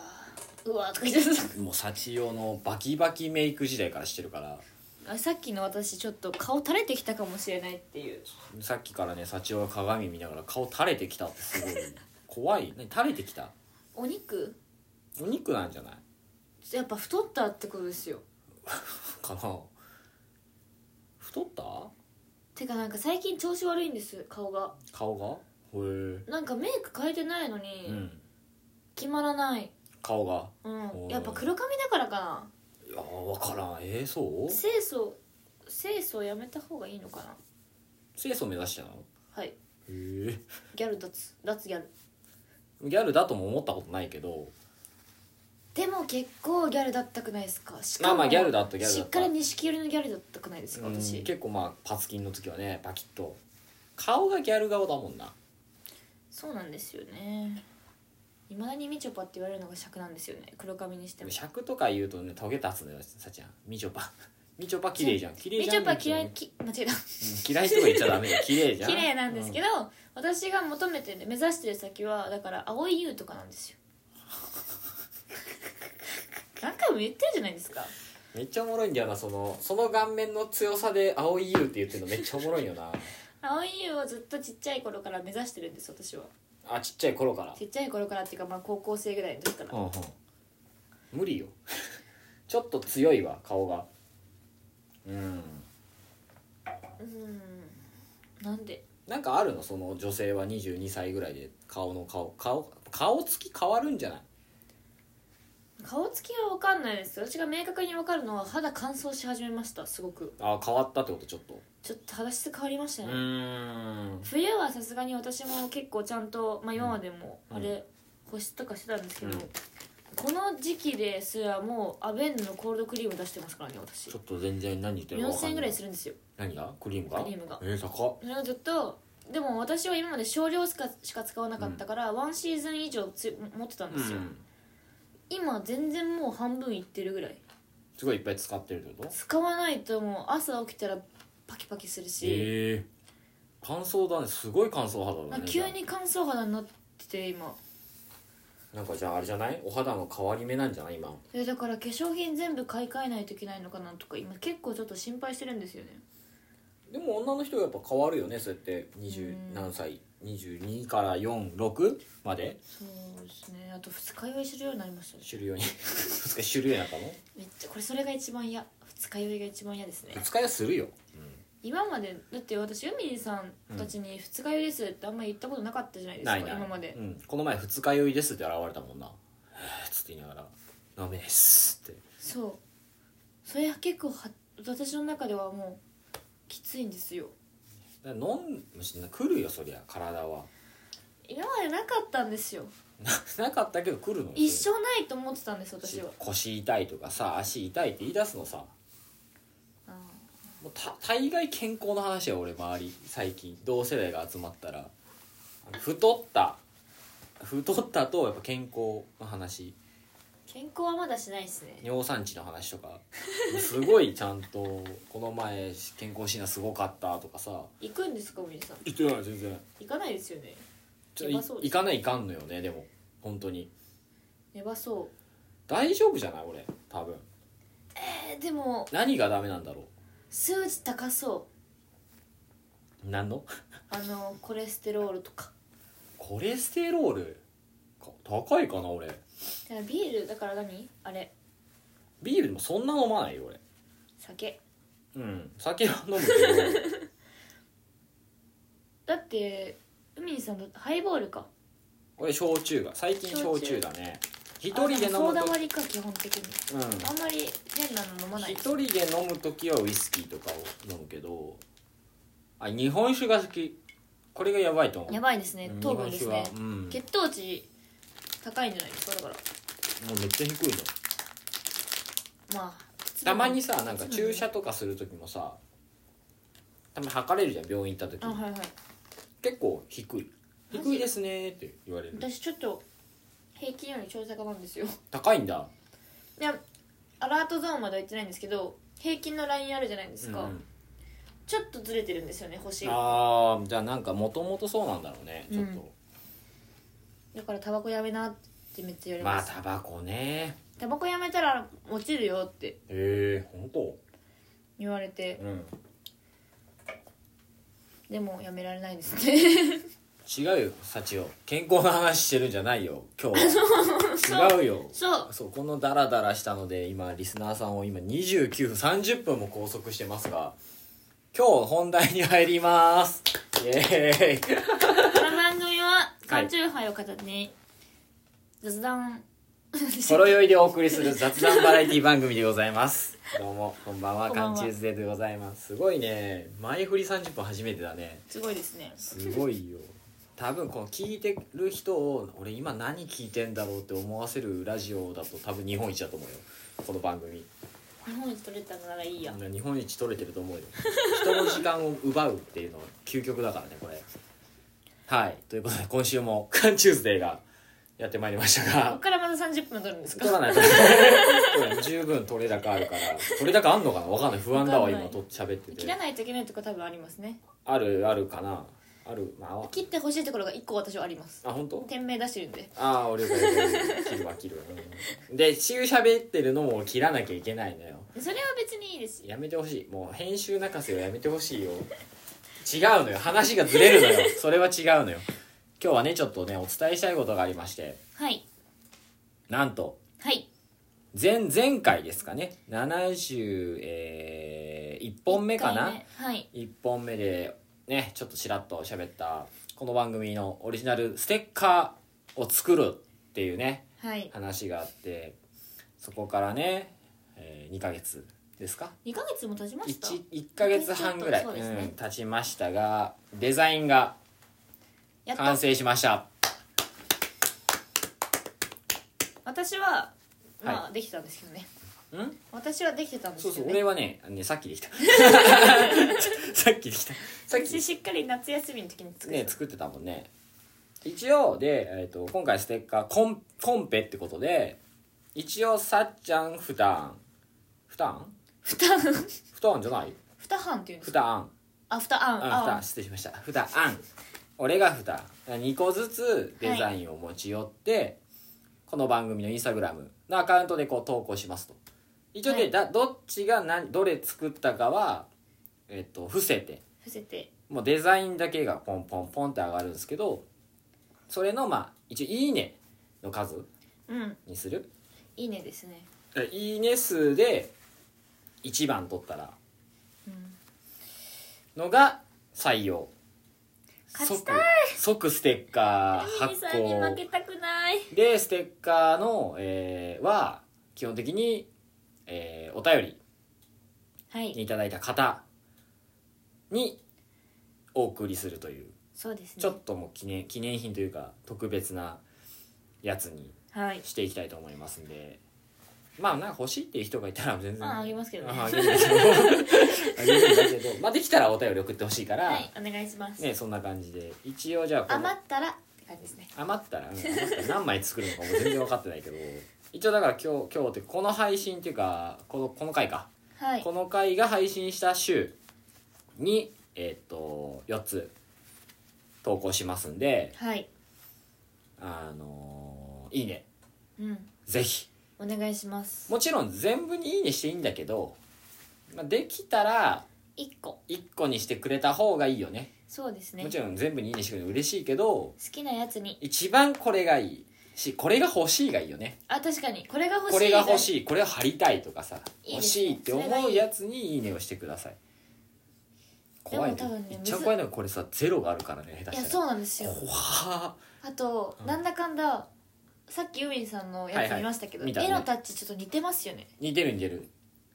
B: うわとか言って
A: もう幸代のバキバキメイク時代からしてるから
B: たあさっきの私ちょっと顔垂れてきたかもしれないっていう
A: さっきからね幸代が鏡見ながら顔垂れてきたってすごい怖い何垂れてきた
B: お肉
A: お肉なんじゃない
B: やっぱ太ったってことですよ
A: かな太った
B: てかなんか最近調子悪いんです顔が
A: 顔がへえ
B: なんかメイク変えてないのに
A: うん
B: 決まらない、
A: 顔が
B: う
A: お
B: ん
A: ー
B: やっぱ黒髪だからかない
A: やー分からんえー、そう
B: 清楚清楚やめた方がいいのかな
A: 清楚目指してなの
B: はい
A: へえ
B: ギャル脱脱ギャル
A: ギャルだとも思ったことないけど
B: でも結構ギャルだったくないですかしか
A: まあ
B: も
A: まあギャルだったギャル
B: し
A: だ
B: っ
A: っ
B: か
A: た
B: り錦寄りのギャルだったくないですか
A: うん
B: 私
A: 結構まあパツキンの時はねバキッと顔がギャル顔だもんな
B: そうなんですよねいまだにみちょぱって言われるのが尺なんですよね黒髪にしても
A: 尺とか言うとねトゲ立つのよさちゃんみちょぱみちょぱ綺麗じゃん綺麗
B: み
A: じゃ
B: ち
A: ん
B: ょぱ嫌い
A: みち
B: き間違えた
A: ょぱうん嫌いとか言っちゃダメよ綺麗じゃ ん
B: 綺麗なんですけ
A: ど、
B: ど、私が求めてる目指してる先はだから青い優とかなんです よ何回も言ってるじゃないですか
A: うんめっちゃおもろいんだよなそのその顔面の強さで「青い優」って言ってるのめっちゃおもろいよ な
B: 青い優をずっとちっちゃい頃から目指してるんです私は
A: あちっちゃい頃から
B: ちっちゃい頃からっていうかまあ高校生ぐらいの時から
A: うんうん無理よ ちょっと強いわ顔がうん
B: うんなんで
A: なんかあるのその女性は22歳ぐらいで顔の顔顔顔つき変わるんじゃない
B: 顔つきは分かんないです私が明確に分かるのは肌乾燥し始めましたすごく
A: あ変わったってことちょっと
B: ちょっと肌質変わりましたね、
A: ん
B: 冬はさすがに私も結構ちゃんと、まあ、今までも
A: うん
B: あれ保湿とかしてたんですけど、
A: うん
B: この時期ですらもうアベンのコールドクリーム出してますからね私
A: ちょっと全然何言ってるか分
B: 4000
A: かんない
B: 円ぐらいするんですよ
A: 何がクリームが
B: クリームが
A: えー、高っ
B: それをずっとでも私は今まで少量しかしか使わなかったから、ワンシーズン以上つ持ってたんですよ、今全然もう半分いってるぐらい
A: すごいいっぱい使ってるってこと
B: 使わないともう朝起きたらパキパキするし、
A: ええ乾燥だねすごい乾燥肌だ
B: なんか
A: ね
B: 急に乾燥肌になってて今
A: なんかじゃああれじゃないお肌の変わり目なんじゃない今
B: えだから化粧品全部買い替えないといけないのかなとか今結構ちょっと心配してるんですよね
A: でも女の人はやっぱ変わるよねそうやって20
B: うん
A: 何歳22から46まで
B: そうですねあと二日酔いするようになりましたね
A: 種類に二日酔い種類になったの
B: めっちゃこれそれが一番嫌二日酔いが一番嫌ですね
A: 二日酔いするよ、
B: 今までだって私ユミリさんたちに「二日酔いです」ってあんまり言ったことなかったじゃないですか
A: ないない
B: 今まで、
A: うん、この前二日酔いですって現れたもんな「えーっつって言いながら「飲めです」って
B: そうそれは結構は私の中ではもうきついんですよ
A: だから飲んむし来るよそりゃ体は
B: 今までなかったんですよ
A: ななかったけど来るのよ
B: 一生ないと思ってたんです私は
A: 腰痛いとかさ足痛いって言い出すのさ
B: あ
A: もうた大概健康の話よ俺周り最近同世代が集まったら太った太ったとやっぱ健康の話
B: ー健康はまだしないですね
A: 尿酸値の話とかすごいちゃんとこの前健康診断すごかったとかさ
B: 行くんですかおみさん
A: 言ってない全然
B: 行かないですよね
A: ちょ
B: やばそうです
A: 行かないかんのよねでも本当に
B: やばそう
A: 大丈夫じゃない俺多分
B: えーでも
A: 何がダメなんだろ
B: 数値高そう
A: 何の
B: うあのコレステロールとか
A: コレステロールか高いかな俺
B: だからビールだから何あれ
A: ビールでもそんな飲まないよ俺
B: 酒
A: うん酒は飲むけど
B: だって海にさんとハイボールか
A: 俺焼酎が最近焼酎だね一人で
B: あ
A: 飲む
B: でもソーダ
A: と
B: 割りか基本的にあんまり変なの飲
A: う
B: ま
A: ん
B: ない
A: 一人で飲む時はウイスキーとかを飲むけどあ日本酒が好きこれがやばいと思う
B: やばいですね
A: うん
B: 糖分ですね
A: 日本酒はうんも
B: 血糖値高いんじゃないですかだから
A: うめっちゃ低いの
B: まあ
A: たまにさなんか注射とかする時もさたまに測れるじゃん病院行った時
B: あはいはい
A: 結構低い
B: マジ
A: 低いですねって言われる
B: 私ちょっと平均より超高なんですよ
A: 高いんだ
B: いやアラートゾーンまでは行ってないんですけど平均のラインあるじゃないですか、
A: うん
B: ちょっとずれてるんですよね星が
A: ああじゃあなんかもともとそうなんだろうねちょっと、
B: だからタバコやめなってめっちゃ言われ
A: ま
B: ま
A: あ
B: す、
A: タバコね
B: タバコやめたら落ちるよって
A: へえ本当
B: 言われて
A: うん
B: でもやめられない ですね
A: 違うよ幸を健康の話してるんじゃないよ今日 は違うよ
B: そう
A: そうこのダラダラしたので今リスナーさんを今29分30分も拘束してますが今日本題に入りますイエーイ
B: この番組は缶チューハイを片手に雑談
A: ほろ酔いでお送りする雑談バラエティ番組でございます どうもこんばんは
B: こんばん
A: カン
B: は
A: チューズデーでございますすごいね前振り30分初めてだね
B: すごいですね
A: すごいよ多分この聞いてる人を俺今何聞いてんだろうって思わせるラジオだと多分日本一だと思うよこの番組
B: 日本一取れたならいいや
A: 日本一取れてると思うよ人の時間を奪うっていうのは究極だからねこれはいということで今週も「カンチューズデー」がやってまいりました
B: こ
A: が
B: っからまた30分取るんですか
A: 取らないと 十分取れ高あるから取れ高あんのかなわかんない不安だわ
B: わかん
A: 今
B: ない
A: と喋って
B: 切ら
A: て
B: ないといけないとこ多分ありますね
A: あるあるかなあるまあ
B: 切ってほしいところが1個私はあります
A: あ本当
B: 店名出してるんで
A: ああ俺も 切るわ切るわ、うん、で週喋ってるのも切らなきゃいけないのよ
B: それは別にいいですよ
A: やめてほしいもう編集泣かせをやめてほしいよ違うのよ話がずれるのよそれは違うのよ今日はねちょっとねお伝えしたいことがありまして
B: はい
A: なんと
B: はい
A: 前前回ですかね71、えー、1本目か
B: 一
A: な
B: 回目はい
A: 1本目でねちょっとちらっと喋ったこの番組のオリジナルステッカーを作るっていうね
B: はい
A: 話があってそこからね、え2ヶ月ですか
B: 2ヶ月も経ちました
A: 1, 1ヶ月半ぐらい、
B: そうです
A: う
B: ね
A: ん、経ちましたがデザインが
B: やった
A: 完成しました
B: 私はまあ、できたんですけどね
A: ん
B: 私はできてたんです
A: そ
B: け
A: う
B: ど、ね、
A: そう俺はねねさっきでき たさっきできたさっ
B: 私
A: き
B: しっかり夏休みの時に作っ
A: ね
B: てた、
A: 作ってたもんね一応で、えー、と今回ステッカーコンコンペってことで一応さっちゃん負担負担
B: ふたん
A: 負担じゃない
B: ふたはんっていうんで
A: 負
B: すか
A: 担
B: あふたあん
A: あ、
B: あ
A: 蓋失礼しました蓋あん俺が蓋2個ずつデザインを持ち寄って、この番組のインスタグラムのアカウントでこう投稿しますと一応
B: は
A: で、
B: い
A: だどっちが何どれ作ったかは、えっと伏せて
B: 伏せて
A: もうデザインだけがポンポンポンって上がるんですけどそれのまあ一応「いいね」の数
B: うん
A: にする
B: いいねですね
A: 「いいね」数で1番取ったら
B: うん
A: のが採用
B: 勝ちた
A: 即即ステッカー
B: ミミ
A: 発
B: さんに負け
A: 行
B: たくない
A: でステッカーの、えーは基本的に、えーお便
B: は
A: り
B: い
A: いただいた方にお送りするという
B: そうですね
A: ちょっともう記念記念品というか特別なやつに
B: はい
A: していきたいと思いますんでまあなんか欲しいっていう人がいたら全然
B: ああげますけどね
A: ああげるけどあげるんだけどまあできたらお便り送ってほしいから、
B: はいお願いします、
A: ねそんな感じで一応じゃあこの
B: 余ったらって感じですね
A: 余ったら、うん余ったら何枚作るのかも全然分かってないけど 一応だから今日今日ってこの配信っていうかこのこの回か、
B: はい
A: この回が配信した週にえーっと4つ投稿しますんで
B: はい
A: あのーいいね
B: うん
A: ぜひ
B: お願いします
A: もちろん全部にいいねしていいんだけど、まあ、できたら
B: 一個
A: 1個にしてくれた方がいいよね
B: そうですね
A: もち
B: 好
A: ろん全部にいいねしてくれるの嬉しいけど
B: きなやつに
A: 一番これがいいしこれが欲しいがいいよね
B: あ確かにこれが欲しい
A: これが欲しいこれを貼りたいとかさ
B: いい
A: 欲
B: です
A: し
B: ね
A: いって思うやつに「いいね」をしてください
B: でも
A: 怖いね
B: 多分ね
A: 一番怖いのはこれさゼロがあるからね下
B: い
A: 手
B: や
A: したら
B: そうなんですよ
A: 怖っ
B: あと、
A: うん
B: なんだかんださっきユミンさんのや
A: はい
B: つ
A: はい
B: 見ましたけど、
A: 見たね
B: 絵のタッチちょっと似てますよね
A: 似てる似てる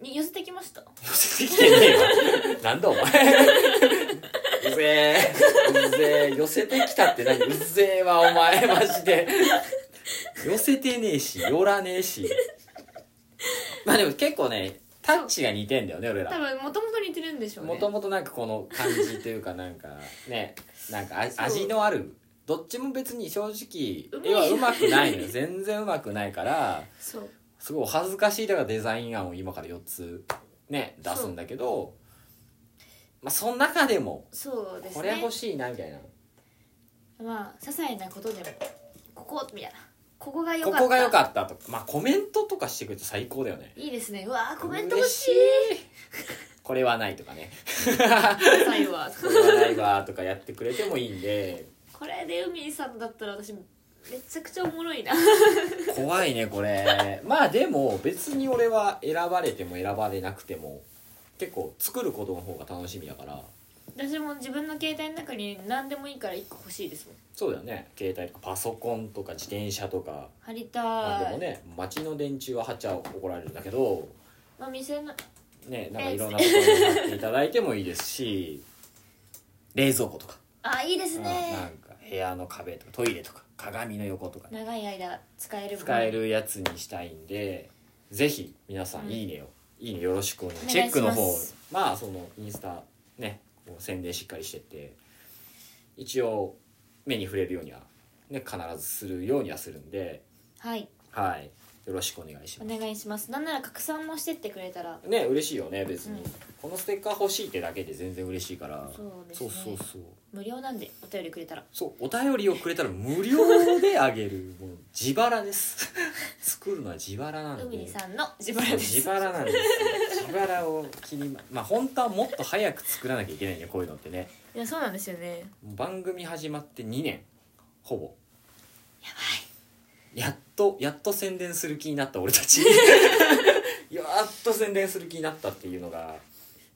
B: に寄せてきました
A: 寄せてきてねえ よなんだお前うぜえうぜえ寄せてきたって何うぜえわお前マジで寄せてねえし寄らねえしまあでも結構ねタッチが似てんだよね俺ら
B: 多分もともと似てるんでしょうね
A: もともとなんかこの感じというかなんか ねなんかあ
B: そう
A: 味のあるどっちも別に正
B: うま
A: 直
B: い
A: 絵はうまくないのよ全然うまくないから
B: そう
A: すごいお恥ずかしいだからデザイン案を今から4つね出すんだけどまあその中でも
B: そうです
A: これ
B: ね
A: 欲しいなみたいな
B: まあ些細なことでもここみたいなここが良か
A: こ
B: った
A: こが良かったとかまあコメントとかしてくれると最高だよね
B: いいですねうわーコメント欲しい
A: 嬉しいこれはないとかね
B: 最後は
A: これはないわとかやってくれてもいいんで
B: これでユミンさんだったら私めちゃくちゃおもろいな
A: 怖いねこれまあでも別に俺は選ばれても選ばれなくても結構作ることの方が楽しみだから
B: 私も自分の携帯の中に何でもいいから1個欲しいですもん
A: そうだよね携帯とかパソコンとか自転車とか
B: 貼りた
A: なんで
B: い、
A: もね街の電柱は貼っちゃ怒られるんだけど
B: まあ店の
A: ねなんかいろんなところに貼っていただいてもいいですし冷蔵庫とか、
B: あいいで
A: う
B: す
A: んなん
B: ね
A: か部屋の壁とかトイレとか鏡の横とかね
B: 長い間使えるもん
A: 使えるやつにしたいんでぜひ皆さ
B: うん
A: 「
B: ん
A: いいね」を「いいね」よろしくお願い
B: お願い
A: チェックの方
B: します
A: まあそのインスタねこう宣伝しっかりしてって一応目に触れるようには、ね、必ずするようにはするんで
B: はい
A: はいよろしくお願いし
B: お
A: ます。
B: 願いしますなんなら拡散もしてってくれたら
A: ね嬉しいよね別に、
B: うん
A: このステッカー欲しいってだけで全然嬉しいから
B: そうです
A: そう
B: ね
A: そうそう
B: 無料なんでお便りくれたら
A: そうお便りをくれたら無料であげるもう自腹です 作るのは自腹なんで
B: 海にさんの自
A: そう
B: 腹です
A: 自腹なんですよ自腹を切りままあ本当はもっと早く作らなきゃいけないねこういうのってね
B: いやそうなんですよね
A: もう番組始まって2年ほぼ
B: や
A: やっとやっと宣伝する気になった 俺たちやっと宣伝する気になったっていうのが、
B: ば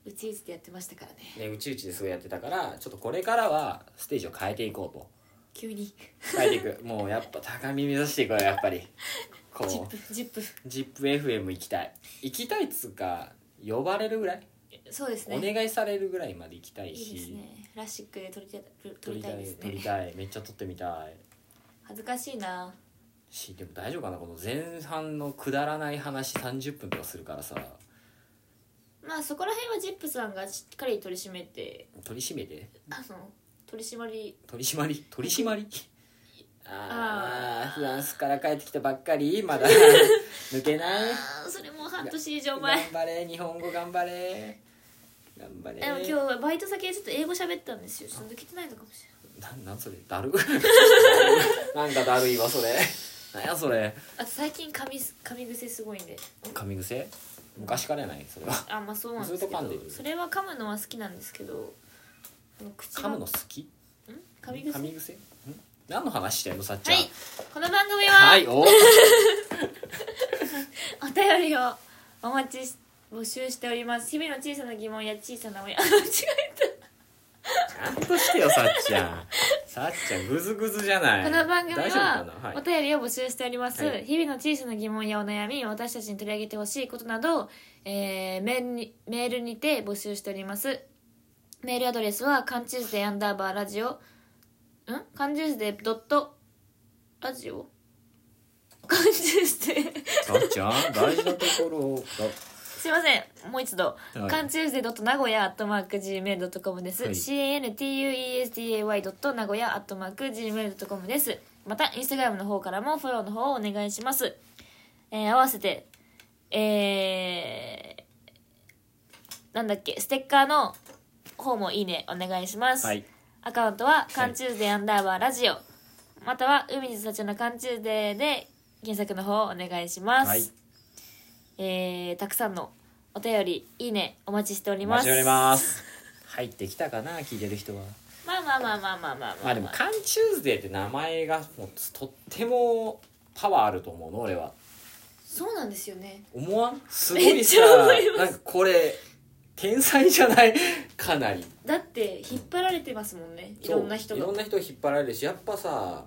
B: いうちうちでやってましたからね
A: ね、うちうちですごいやってたからちょっとこれからはステージを変えていこうと
B: 急に
A: 変えてい くもうやっぱ高み目指していこうよやっぱり
B: ジッ
A: こ
B: プジップ
A: う ZIPFM 行きたい行きたいっつうか呼ばれるぐらい、
B: そうです
A: お
B: ね
A: 願いされるぐらいまで行きたい
B: い
A: し
B: いですねラシックで撮りたい撮
A: 撮
B: り
A: り
B: た
A: た
B: い
A: い
B: です
A: 撮り
B: ね
A: たいめっちゃ撮ってみたい
B: 恥ずかしいな
A: しでも大丈夫かなこの前半のくだらない話30分とかするからさ
B: まあそこら辺はジップさんがしっかり取り締めて
A: 取り締めて
B: あの取り締まり
A: 取り締まり取り締まりああフランスから帰ってきたばっかりま だ抜けない
B: あーそれもう半年以上
A: 頑
B: 前
A: 張れ日本語頑張れ頑張れ
B: でも今日はバイト先でちょっと英語喋ったんですよちょっと抜けてないのかもし
A: なんなんそれだる なんかだるいわそれなんやそれ
B: れないあと最近噛みす噛み癖すごいんで
A: 噛み癖昔からやないそれは
B: あまあそうなんですけ
A: ずっと噛んで
B: ど
A: る
B: それは噛むのは好きなんですけどあの口が
A: 噛むの好き
B: ん噛み癖
A: 噛み癖ん何の話してんのさっちゃん
B: はいこの番組は
A: はい、お
B: お便りをお待ちし募集しております日々の小さな疑問や小さなおやあ間違
A: ちゃんとしてよ、さっち ゃん。さっちゃん、ぐずぐずじゃな
B: え
A: い。
B: たこの番組
A: 大丈
B: は
A: 夫かなは
B: お
A: い。
B: 便りを募集しております、
A: はい
B: 日々の小さな疑問やお悩み私たちに取り上げてほしいことなどを、えーメールにメールにて募集しておりますメールアドレスは「かんちゅうずでアンダーバーラジオ」ん「かんちゅうずでドットラジオ」 「かんちゅうずで」
A: さっちゃん、大事なところ を。
B: すいませんもう一度
A: はい
B: カンチューズデー名古屋アットマーク Gmail.com です、
A: はい
B: CANTUESDAY. 名古屋アットマーク Gmail.com ですまたインスタグラムの方からもフォローの方をお願いしますえー合わせてえー、なんだっけステッカーの方もいいねお願いします、
A: はい。
B: アカウントは「缶チューズデーアンダーバーラジオ」または「海にたちの缶チューズデー」で検索の方をお願いします、
A: はい。
B: えーたくさんのお便りいいねお待ちしており
A: お
B: ま
A: 待
B: す
A: ちしております。入ってきたかな、聞いてる人は。
B: まあまあまあまあまあまあまあ、
A: まあでも、カンチューズデーって名前が、もう、とっても、パワーあると思うの、俺は。
B: そうなんですよね
A: 思わんすごいさ
B: めっちゃ思い、ます
A: なんかこれ、天才じゃないかなり。
B: だって引っ張られてますもんねい
A: そう
B: ろんな人
A: いろん
B: が
A: な人を引っ張られるしやっぱさ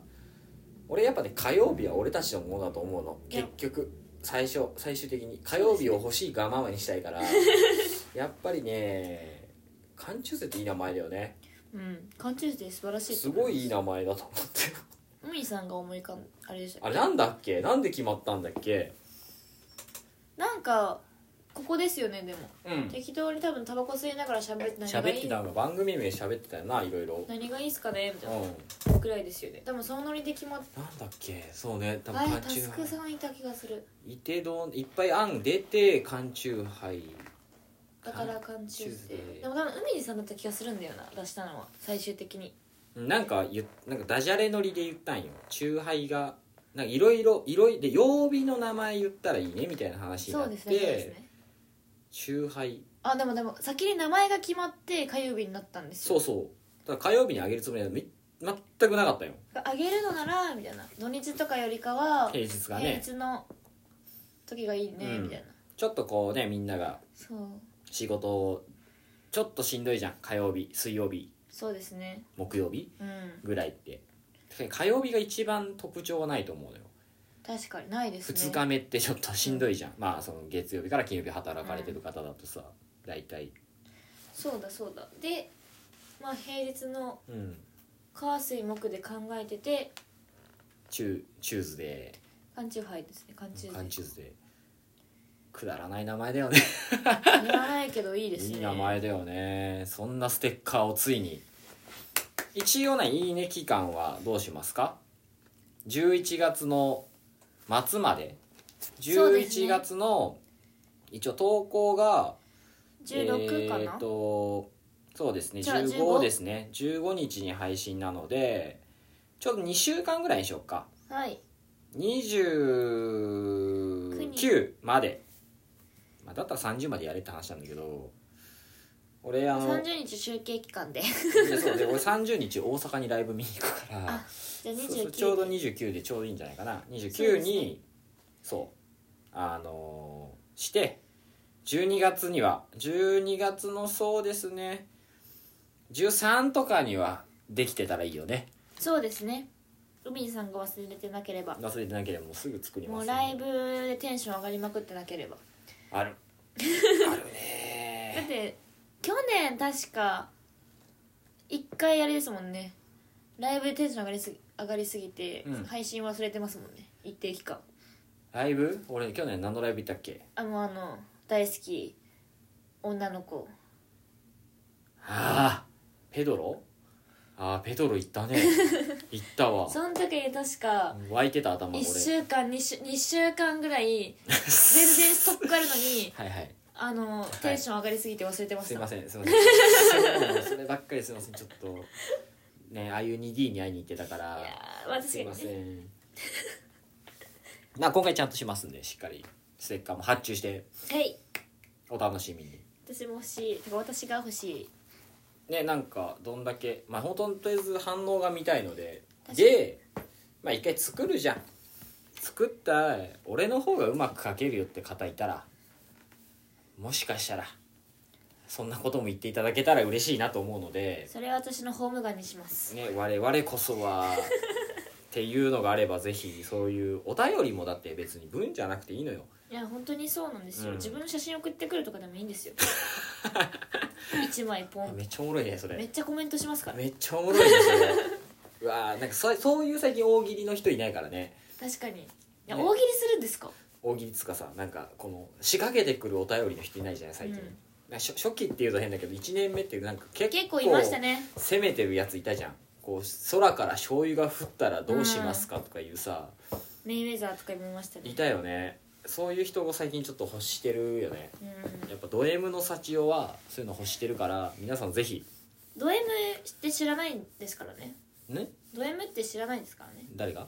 A: 俺やっぱね火曜日は俺たちのものだと思うの
B: いや
A: 結局最初最終的に火曜日を欲しいがままにしたいから やっぱりね缶中世っていい名前だよね
B: うん缶チューズで素晴らしい
A: すごいいい
B: な
A: 名前だと思って
B: 海さんが思い浮かんあれでした
A: あ
B: っ
A: れ
B: け
A: なんだっけなんで決まったんだっけ
B: なんかここですよねでも
A: うん
B: 適当に多分タバコ吸いながら喋って何が
A: 喋っ
B: い
A: て
B: い
A: たの番組名喋ってたよないろいろ
B: 何がいいっすかねみ
A: う
B: た
A: ん
B: いなぐらいですよね多分そのノリで決まっ
A: なんだっけそうね
B: た
A: 多分缶
B: あタ
A: 中
B: スク
A: 杯
B: さんいた気がする
A: いてどんいっぱい案出て缶中杯
B: だから缶チューズ
A: 缶チューズ
B: で
A: で
B: でも多分海さんだった気がするんだよな出したのは最終的に
A: なんかゆなんかダジャレノリで言ったんよ酎ハイがなんかいろいろいろいで曜日の名前言ったらいいねみたいな話に
B: そ
A: な
B: う
A: っ
B: ですねそうです
A: て
B: ね
A: 酎ハイ
B: あでもでも先に名前が決まって火曜日になったんです
A: そ
B: よ
A: うそうだから火曜日にあげるつもりはみ全くなかったよ
B: あげるのならみたいな土日とかよりかは
A: 平日が
B: 平
A: ね
B: 日の時がいいね、
A: うん
B: みたいな
A: ちょっとこうねみんなが
B: そう
A: 仕事ちょっとしんどいじゃん火曜日水曜日
B: そうですね
A: 木曜日
B: うん
A: ぐらいって確かに火曜日が一番特徴はないと思うのよ
B: 確かにないですね
A: 2日目ってちょっとしんどいじゃん、まあその月曜日から金曜日働かれてる方だとさ大体
B: そうだそうだでまあ平日の
A: うん
B: 火水木で考えてて
A: チュチューズデ
B: 缶チューハイですね缶チュ
A: ー
B: ー
A: カ
B: ハ
A: ン
B: イ
A: チューズデーくだらない名前 だよね
B: いらないけどいいですね
A: いい名前だよねそんなステッカーをついに一応ねいいね期間はどうしますか11月の末まで
B: そうですね
A: 11月の一応投稿が
B: 16か
A: え
B: な、
A: ーっとそうですね
B: じゃあ
A: 15
B: 15
A: ですね15日に配信なのでちょうど2週間ぐらいにしようか
B: はい
A: 29まで、まあ、だったら30までやれって話なんだけど俺あの
B: 30日集計期間で
A: いやそうで俺30日大阪にライブ見に行くから
B: あじゃあ
A: そう
B: 29
A: そうちょうど29でちょうどいいんじゃないかな29にそう,、あのーして12月には12月のそうですね13とかにはできてたらいいよね
B: そうですねウビンさんが忘れてなければ
A: 忘れてなければもうすぐ作り
B: も
A: ます
B: うん
A: で、
B: ライブでテンション上がりまくってなければ
A: あるあ る
B: だっ
A: ね
B: て去年確か一回あれですもんねライブでテンション上がりすぎ上がりすぎて、
A: うん
B: 配信忘れてますもんね一定期間
A: ライブ俺去年何のライブ行ったっけ
B: あもうあの大好き女の子
A: ああペドロああペドロ 行ったね行ったわ
B: その時に確か
A: 湧いてた頭俺
B: 1週間 2, 週2週間ぐら い全然ストックあるのに
A: はいはい
B: あのテンション上がりすぎて忘れてますし
A: い
B: た、
A: ませんすいませ んそうそればっかりすいませんちょっとねああいう 2D に会いに行ってたか
B: いや
A: ら
B: ー私
A: すいませんまあ今回ちゃんとしますんでしっかりステッカーも発注して
B: はい
A: お楽しみに
B: 私も欲しいてか私が欲しい
A: ねなんかどんだけまあほんととりあえず反応が見たいので
B: 確かに
A: でまあ一回作るじゃん作った俺の方がうまく書けるよって方いたらもしかしたらそんなことも言っていただけたら嬉しいなと思うので
B: それは私のホームガンにします
A: ね、我々こそはっていうのがあればぜひそういうお便りもだって別に文じゃなくていいのよ
B: いや本当にそうなんですよ、
A: うん
B: 自分の写真送ってくるとかでもいいん ですよ一枚ポン
A: めっちゃおもろいねそ
B: め
A: れ
B: っちゃコメントしますから
A: めっちゃおもろいねそれうわーなんかそそういう最近大喜利の人いないからね
B: 確かにいや
A: ね
B: 大喜利するんですか
A: 大喜利っつうかさなんかこの仕掛けてくるお便りの人いないじゃない最近、
B: うん
A: なんか初初期っていうと変だけど1年目っていうなんか結構
B: 結構いましたね
A: 攻めてるやついたじゃんこう空から醤油が降ったらどうしますかとかいうさ、
B: メインウェザーとか見ましたね
A: いたよねそういう人を最近ちょっと欲してるよね
B: うん
A: やっぱド M の幸男はそういうの欲してるから皆さんぜひ
B: ド M って知らないんですからね
A: ね
B: ド M って知らないですからね
A: 誰が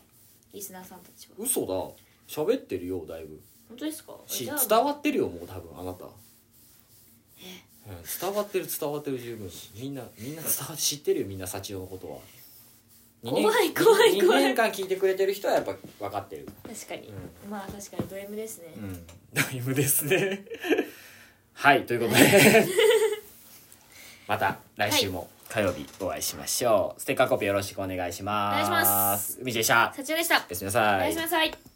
B: リスナーさんたちは
A: 嘘だ喋ってるよだいぶ
B: 本当ですかじ
A: し伝
B: ゃあ
A: わってるよもう多分あなた、うん、伝わってる伝わってる十分みんなみんな伝わ知ってるよみんな幸男のことは二年
B: 怖い怖い
A: 二
B: 怖い
A: 二年間聞いてくれてる人はやっぱ分かってる
B: 確かに、
A: う
B: まあ確かにド M ですね、
A: うんド M ですね はいということで また来週も火曜日お会いしましょう、ステッカーコピーよろしくお願いします
B: お願いします
A: みちでした
B: 社長でした
A: おやすみなさ
B: おやすみなさい